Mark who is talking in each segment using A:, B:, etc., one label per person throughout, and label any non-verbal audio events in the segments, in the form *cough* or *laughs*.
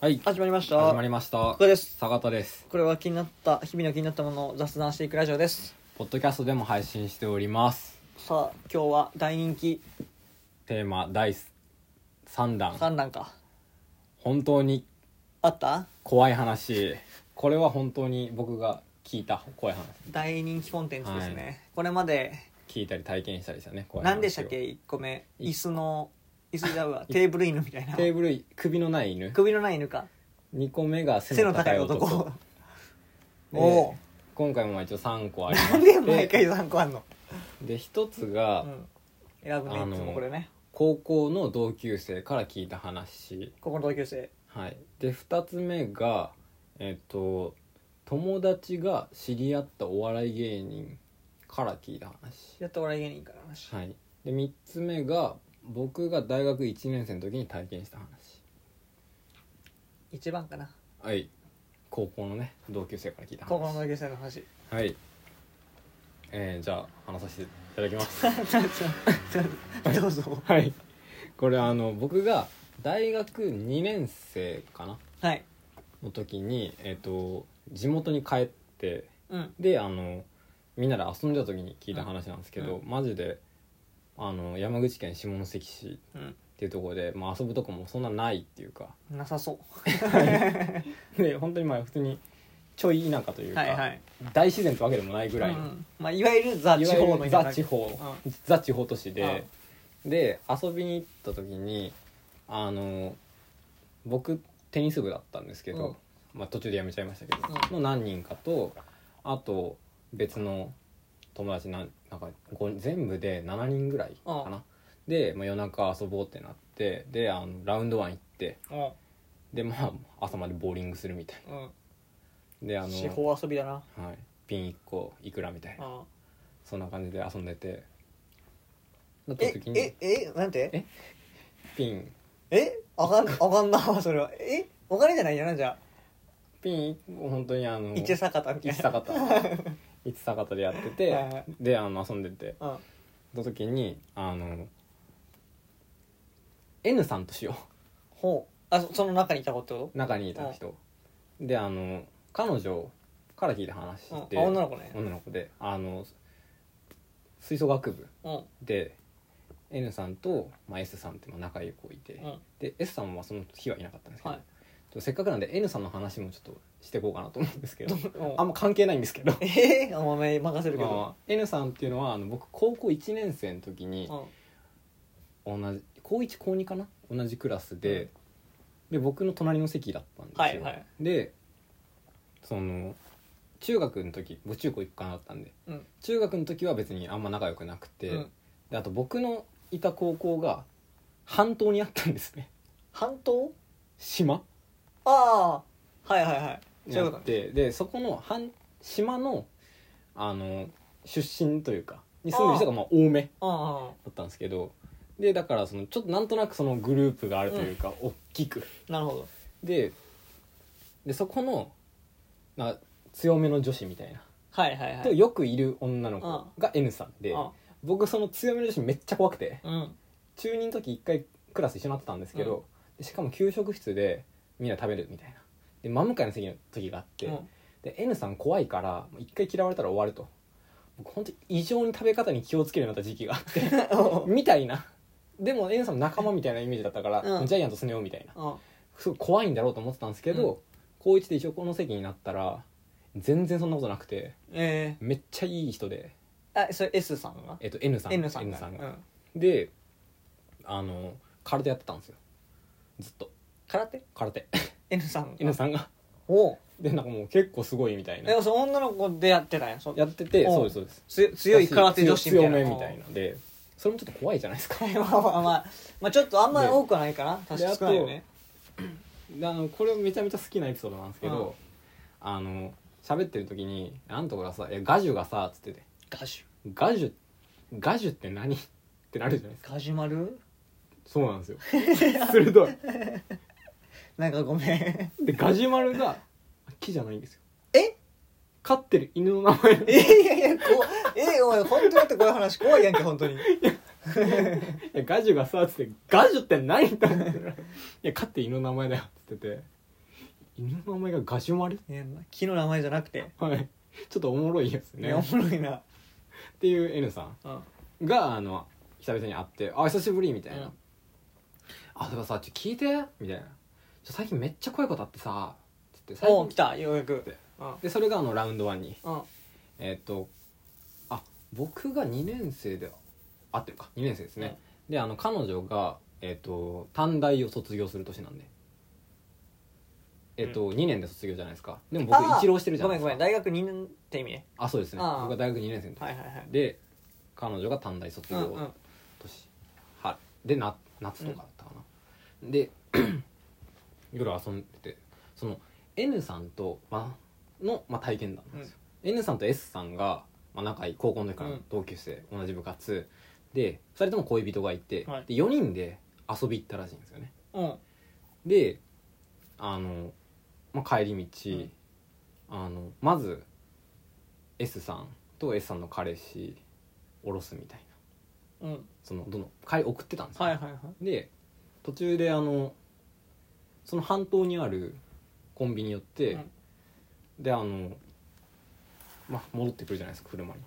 A: はい
B: 始まりました
A: 始まりました
B: ここです
A: 坂田です
B: これは気になった日々の気になったものを雑談していくラジオです
A: ポッドキャストでも配信しております
B: さあ今日は大人気
A: テーマ第3弾
B: 観覧か
A: 本当に
B: あった
A: 怖い話これは本当に僕が聞いた怖い話
B: 大人気コンテンツですね、
A: はい
B: これまで
A: 聞いたり体験したりしたね怖い話を
B: 何でしたっけ1個目
A: い
B: 椅子の椅子じゃうわテーブル犬みたいな
A: テーブル首のない犬
B: 首のない犬か
A: 2個目が背
B: 背
A: の
B: の
A: 高
B: 高
A: い
B: い
A: 男
B: 男
A: で
B: おう
A: 今回もまあ一応3個ありま
B: なん
A: し
B: で
A: て
B: 毎回参個あんの、
A: で一つが
B: うん、選ぶね
A: あの
B: いつもこれね
A: 高校の同級生から聞いた話
B: ここの同級生
A: はい、で2つ目がえっと友達が知り合ったお笑い芸人から聞いた話、
B: やっとお笑い芸人からの話
A: はい、で3つ目が僕が大学1年生の時に体験した話
B: 一番かな
A: はい高校のね同級生から聞いた
B: 高校
A: 話
B: の同級生の話
A: はいえー、じゃあ話させていただきます
B: *laughs* どう
A: *laughs*
B: ぞ
A: はいこれあの僕が大学2年生かな
B: はい
A: の時にえっと地元に帰って
B: うん
A: であのみんなで遊んでた時に聞いた話なんですけど、
B: う
A: マジであの山口県下関市
B: うん
A: っていうところで、まあ、遊ぶとこもそんなないっていうか
B: なさそう
A: で本当にまあ普通にちょい田舎というか、
B: はいはい
A: 大自然ってわけでもないぐらいの、
B: うんまあ、いわゆるザ・
A: い
B: 地
A: わ
B: 方
A: ゆ
B: の
A: る
B: 田
A: ザ
B: 舎
A: 地方、ザ地方都市で、で遊びに行った時にあの僕テニス部だったんですけど、まあ、途中でやめちゃいましたけど、
B: う
A: の何人かとあと別の友達なんなんかご全部で7人ぐらいかな、で、まあ、夜中遊ぼうってなってであのラウンドワン行って
B: うん
A: でまあ朝までボーリングするみたい
B: うん
A: であの、
B: 四方遊びだな
A: はい、ピン1個いくらみたいな
B: うん
A: そんな感じで遊んでてなった
B: え
A: 時に
B: ええなんて
A: えピン
B: えあかんあかんなわそれはえお金じゃないやなじゃ
A: ピン本当にあの
B: あ一坂田みたい
A: 一
B: な
A: 坂田一坂田でやってて、
B: はいはい
A: であの遊んでて
B: うん
A: の時にあの N さんとしよ
B: ほうあそその中にいた子ってこ
A: う中にいた人、であの彼女から聞いた話
B: と、う
A: で、
B: ん、あ女の子ね
A: 女の子であの吹奏楽部
B: うんうん
A: で N さんと、まあ、S さんってまあ仲良い子いて、で S さんはその日はいなかったんですけど、
B: はい
A: せっかくなんで N さんの話もちょっとしていこうかなと思うんです
B: *laughs*
A: けど
B: うん
A: あんま関係ないんですけど
B: え *laughs* えお前任せるけど
A: まあ、N さんっていうのはあの僕高校1年生の時に
B: うん
A: 同じ高1高2かな同じクラスで、で僕の隣の席だったんですよ、
B: はいはい
A: でその中学の時僕中高一貫だったんで
B: うん
A: 中学の時は別にあんま仲良くなくて、
B: うん
A: であと僕のいた高校が半島にあったんですね
B: 半島
A: 島
B: ああはいはいはい
A: に
B: そうい
A: あ
B: うこ
A: っ
B: とね
A: てでそこの半島のあの出身というかに住んでる人がまあ多
B: うん
A: め
B: うん
A: だったんですけどでだからそのちょっとなんとなくそのグループがあるというか、大きく
B: なるほど
A: ででそこのな強めの女子みたいな、
B: はいはいはい
A: とよくいる女の子が N さんで、
B: うん
A: 僕その強めの女子めっちゃ怖くて
B: うん
A: 中2の時一回クラス一緒になってたんですけど、でしかも給食室でみんな食べるみたいなで真向かいの席の時があって、
B: うん
A: で N さん怖いからもう一回嫌われたら終わると僕本当に異常に食べ方に気をつけるようになった時期があってみたいなでも N さんの仲間みたいなイメージだったから、
B: うん
A: ジャイアントスネ夫みたいな
B: うん
A: すごい怖いんだろうと思ってたんですけど、
B: う
A: 高1で一応この席になったら全然そんなことなくて
B: え
A: めっちゃいい人で、
B: えあそれ S さんが
A: えっと、N さん
B: N さん
A: N
B: が
A: さんが
B: うん
A: であの空手やってたんですよずっと
B: 空手
A: 空手
B: N さんが
A: N さんが
B: おう
A: でなんかもう結構すごいみたいな
B: えその女の子でやってたんやそ
A: やってて
B: おう
A: そうですそうです
B: つ強い空手女子みたいな
A: 強めみたいなでそれもちょっと怖いじゃないですか
B: うん *laughs* まあまあまあまあちょっとあんまり多くはないかな確
A: で
B: か
A: あ
B: に
A: と
B: 少ないよね
A: で *laughs* あのこれめちゃめちゃ好きなエピソードなんですけど、あの喋ってる時になんとかがさ「いやガジュがさ」っつってて
B: ガジ
A: 「ガジュガジュって何?」 *laughs* ってなるじゃないですか
B: ュガジュマル
A: そうなん *laughs* ですよ鋭い
B: なんかごめん *laughs*
A: でガジュマルが木じゃないんですよ
B: え
A: 飼ってる犬の名前なんで
B: えいやいやこうえおい本当だってこういう話怖いやんけ本当に
A: いやガジュがさ」っつって「ガジュって何?」って思って「いや飼ってる犬の名前だよ」っつってて犬の名前がガシュマリ
B: ね木の名前じゃなくて
A: はいちょっとおもろいやつ
B: ね
A: ね
B: お
A: っ
B: もろいな
A: ていう N さ
B: うん
A: んがあの久々に会って「あ久しぶり」みたい
B: う
A: な「
B: ん
A: あでもさちょ聞いて」みたいな「ちょ最近めっちゃ怖いことあってさ」つって最
B: お来
A: 近
B: たようやく
A: で
B: うん
A: でそれがあのラウンド1に
B: うん
A: えーっ、とあ僕が2年生で合ってるか2年生ですね、であの彼女が、えーっと短大を卒業する年なんでえーっ、と、2年で卒業じゃないですかでも僕
B: あー
A: 一浪してるじゃ
B: ご
A: な
B: め
A: い
B: ん
A: で
B: ご
A: す
B: め
A: か
B: ん大学2年って意味ね
A: あそうですね
B: あー
A: 僕が大学2年生の時、
B: はいはいはい
A: で彼女が短大卒
B: う
A: 業
B: ん
A: 年、
B: うん
A: はでな夏とかだったかな、で *clears throat* 夜遊んでてその N さんと、まあの、まあ、体験談なんですよ、N さんと S さんが、まあ、仲いい高校の時からの
B: うん
A: 同級生、同じ部活で2人とも恋人がいて、
B: はい
A: で4人で遊び行ったらしいんですよね
B: うん
A: であの、まあ、帰り道、
B: うん
A: あのまず S さんと S さんの彼氏おろすみたいな
B: うん
A: そのどの帰り送ってたんですよ、
B: はいはいはい
A: で途中であのその半島にあるコンビニ寄って、
B: うん
A: であのまあ戻ってくるじゃないですか車に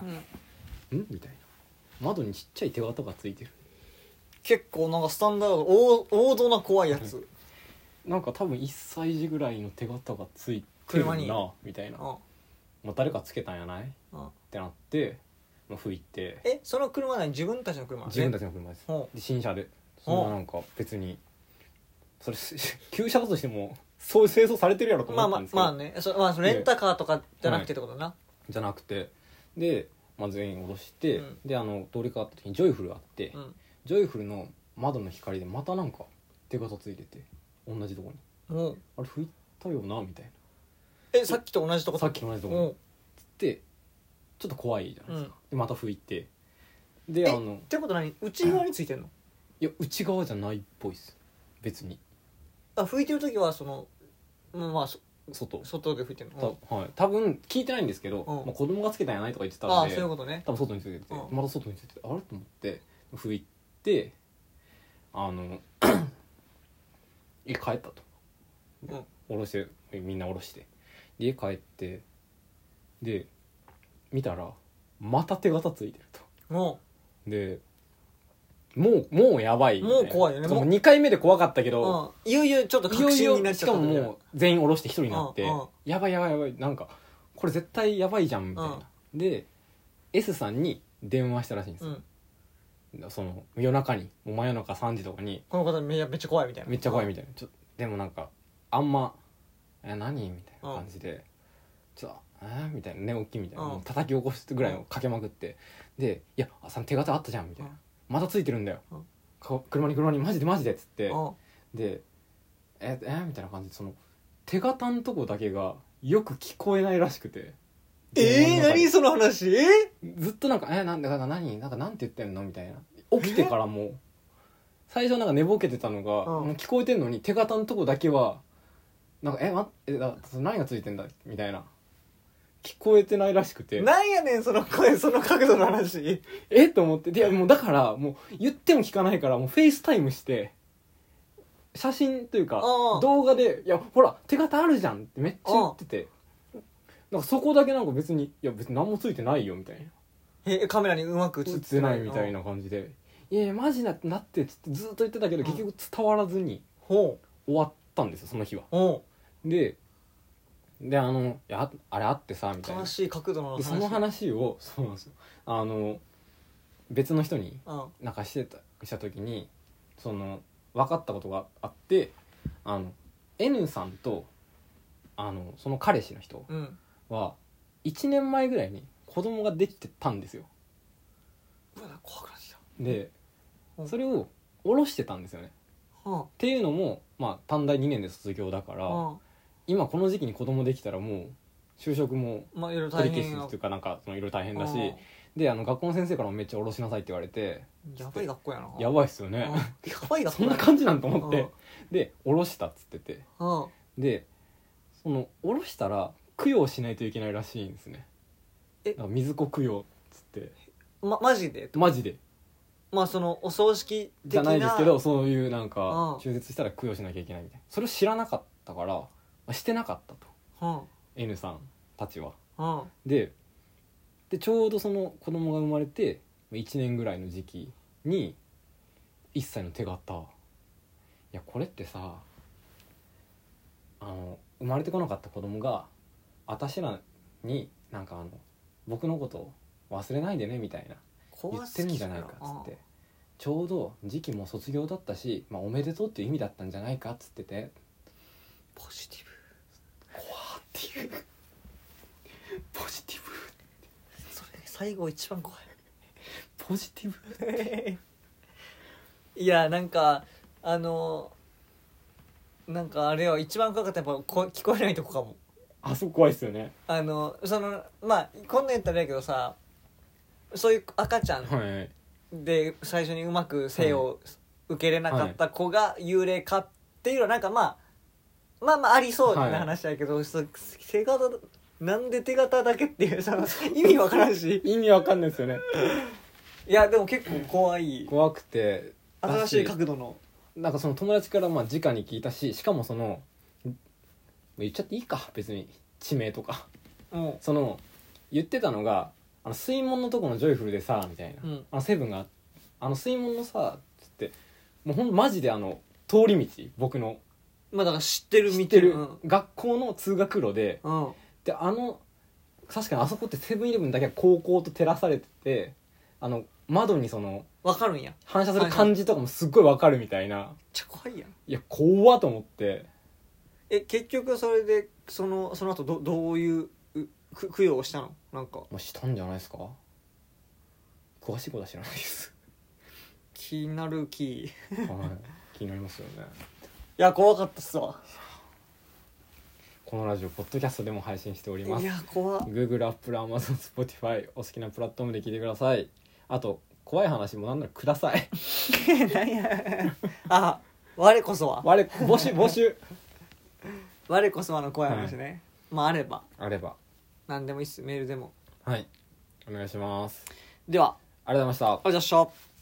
B: うん
A: 「ん?」みたいな窓にちっちゃい手形がついてる
B: 結構なんかスタンダード王王道な怖いやつ
A: なんか多分1歳児ぐらいの手形がついて
B: 車
A: る
B: に
A: なみたいな、
B: うん
A: まあ、誰かつけたんやないっ
B: うん
A: てなって、まあ、拭いて
B: えその車何自分たちの車
A: 自分た
B: ち
A: ちの車です
B: ほ
A: で新車でそんななんか別にそれ *laughs* 旧車だとしてもそう清掃されてるやろと
B: う
A: 思
B: まあ
A: った
B: ま
A: んです
B: あ
A: けど、
B: まあねそまあそのレンタカーとかじゃなくてってことな
A: じゃなくてで、まあ、全員下ろして、
B: うん
A: であの通りかかった時にジョイフルあって、
B: うん
A: ジョイフルの窓の光でまたなんか手形ついてて同じとこに
B: もう
A: あれ拭いたよなみたい
B: えさっきと同じとこ
A: なさっきと同じとこに
B: お
A: っ
B: う
A: てちょっと怖いじゃないですか、でまた拭いて
B: え
A: であの
B: ってこと何内側についてんの
A: いや内側じゃないっぽいっす別に
B: あ拭いてる時はそのうんまあそ
A: 外、
B: 外で拭いてんの
A: たはい、多分聞いてないんですけど、
B: うん
A: まあ、子供がつけたんやないとか言ってた
B: あ
A: の
B: あ
A: で
B: そういうことね
A: 多分外についてて、
B: うん
A: また外についててあれと思って拭いてあの *clears throat* 家帰ったと、
B: うん
A: おろしてみんなおろしてで家帰ってで見たらまた手形ついてると
B: も
A: でもうもうやばいみた
B: もう怖いよね
A: そ
B: も
A: う
B: う
A: 2回目で怖かったけ
B: うう
A: ど、
B: んいよいよちょっと
A: いよ
B: 確
A: い
B: 信にな
A: よ
B: っち
A: し
B: ゃった
A: か
B: と
A: も
B: こだよ
A: もう全員おろして1人になって、
B: うんうん
A: やばいやばいやばいなんかこれ絶対やばいじゃんみたいな、で S さんに電話したらしいんですよ
B: うん
A: その夜中にもう真夜中3時とかに
B: この方めめっちゃ怖いみたいな
A: めっちゃ怖い
B: み
A: みたいなちょでもなんかあんま「え何?」みたいな感じで「ちょっとえーみたいな寝起きみたいな
B: うん
A: もう叩き起こすぐらいをかけまくってで「いやあさ手形あったじゃん」みたいな
B: うん
A: 「またついてるんだよ
B: うん
A: か車に車にマジでマジで」っつって
B: たいな
A: で「ええみたいな感じでその手形のとこだけがよく聞こえないらしくて
B: え
A: 電
B: ー
A: 話の中に
B: 何その話え
A: ずっとなんか「えなんでなんか何なんかなんて言ってんの?」みたいな起きてからもう最初なんか寝ぼけてたのが、
B: うん
A: もう聞こえてんのに手形のとこだけは「なんかえ待ってだそれ何がついてんだ?」みたいな聞こえてないらしくて
B: なんやねんその声その角度の話
A: えと思ってでもうだからもう言っても聞かないからもうフェイスタイムして写真というか
B: うん
A: 動画で「いやほら手形あるじゃん」ってめっちゃ言っててなんかそこだけなんか別に「いや別に何もついてないよ」みたいな。
B: えカメラにうまく映
A: 映
B: っ
A: っててないみたいな感じで「いやいやマジななって」つってずっと言ってたけど
B: うん
A: 結局伝わらずに
B: ほ
A: 終わったんですよその日は
B: うほ
A: でであの「いやああれあってさ」み
B: う
A: たいな
B: 悲しい角度の
A: で
B: 話
A: その話をそうなんですよあの別の人に
B: うん
A: なんかしてたした時にその分かったことがあってあの N さんとあのその彼氏の人
B: うん
A: は1年前ぐらいに子供ができてたんですよ
B: うわ怖くなってきた
A: で
B: うん
A: それを下ろしてたんですよね
B: うん
A: っていうのも、まあ、短大2年で卒業だから、
B: うん
A: 今この時期に子供できたらもう就職も
B: まあいろいろ大
A: 取り消
B: 変
A: し
B: や
A: というかなんかそのいろいろ大変だし、
B: うん
A: であの学校の先生からもめっちゃ下ろしなさいって言われて
B: やばい学校やな
A: やばいっすよね
B: うん、やばい学
A: そ
B: 校
A: ん
B: や
A: な感じなんと思って、で下ろしたっつってて
B: うん
A: でその下ろしたら供養しないといけないらしいんですね
B: え
A: なんか水子供養っつって
B: まマジで
A: マジで
B: まあそのお葬式的な
A: じゃないですけどそういうなん
B: う
A: か
B: ん
A: 中絶したら供養しなきゃいけないみたいなそれを知らなかったからまあしてなかったと
B: は
A: N さんたちは。
B: あは
A: ででちょうどその子供が生まれて1年ぐらいの時期に1歳の手形いやこれってさあの生まれてこなかった子供が私らになんかあの僕のことを忘れないでねみたいな言
B: 怖
A: っ
B: す
A: てるん
B: ぎ
A: じゃない
B: る
A: かっつってちょうど時期も卒業だったし、まあ、おめでとうっていう意味だったんじゃないかっつってて
B: ポジティブ
A: っていうポジティブ
B: それ最後一番怖い
A: ポジティブ
B: *laughs* いやなんかあのなんかあれよ一番怖かったやっぱこ聞こえないとこかも
A: あそこ怖いっすよね
B: あのそのまあこんなん言ったらあれやけどさそういう赤ちゃん
A: はい
B: で最初にうまく生を受けれなかった子が幽霊化っていうのはなんかまあまあまあありそうな話だけど、そ手形なんで手形だけっていうさ意味わからんし
A: 意味わかんないですよね
B: いやでも結構怖い
A: 怖くて
B: 新しい角度の
A: なんかその友達からまあ直に聞いたししかもそのん言っちゃっていいか別に地名とか
B: も
A: その言ってたのがあの水門のとこのジョイフルでさみたいな、
B: うん
A: あのセブンがあの水門のさつってもうほんマジであの通り道僕の
B: うまあだから知ってる
A: 知っ
B: 見
A: て
B: てる
A: る学校の通学路で、
B: うん、うん
A: であの確かにあそこってセブンイレブンだけは高校と照らされててあの窓にその
B: わかるんやめっ
A: 反射する感じとかもすっごいわかるみたいな
B: ちゃ怖いやん
A: いや怖っと思って
B: え結局それでそのその後どどういううく供養をしたのなんか
A: まあしたんじゃないですか詳しいことは知らないです、
B: 気になる気い
A: はい、気になりますよね
B: や怖かったっすわ
A: このラジオポッドキャストでも配信しておりま
B: い
A: す
B: や怖っ
A: Google、Apple、Amazon、Spotify お好きなプラットフォームで聞いてくださいあと怖い話もなんならください *laughs*
B: 何や *laughs* あ我こそは
A: 我募集募集
B: 我こそはの怖い話ね、まああれば
A: あれば
B: 何でもいいっすメールでも
A: はいお願いします
B: では
A: ありがとうございました
B: ありがとうございました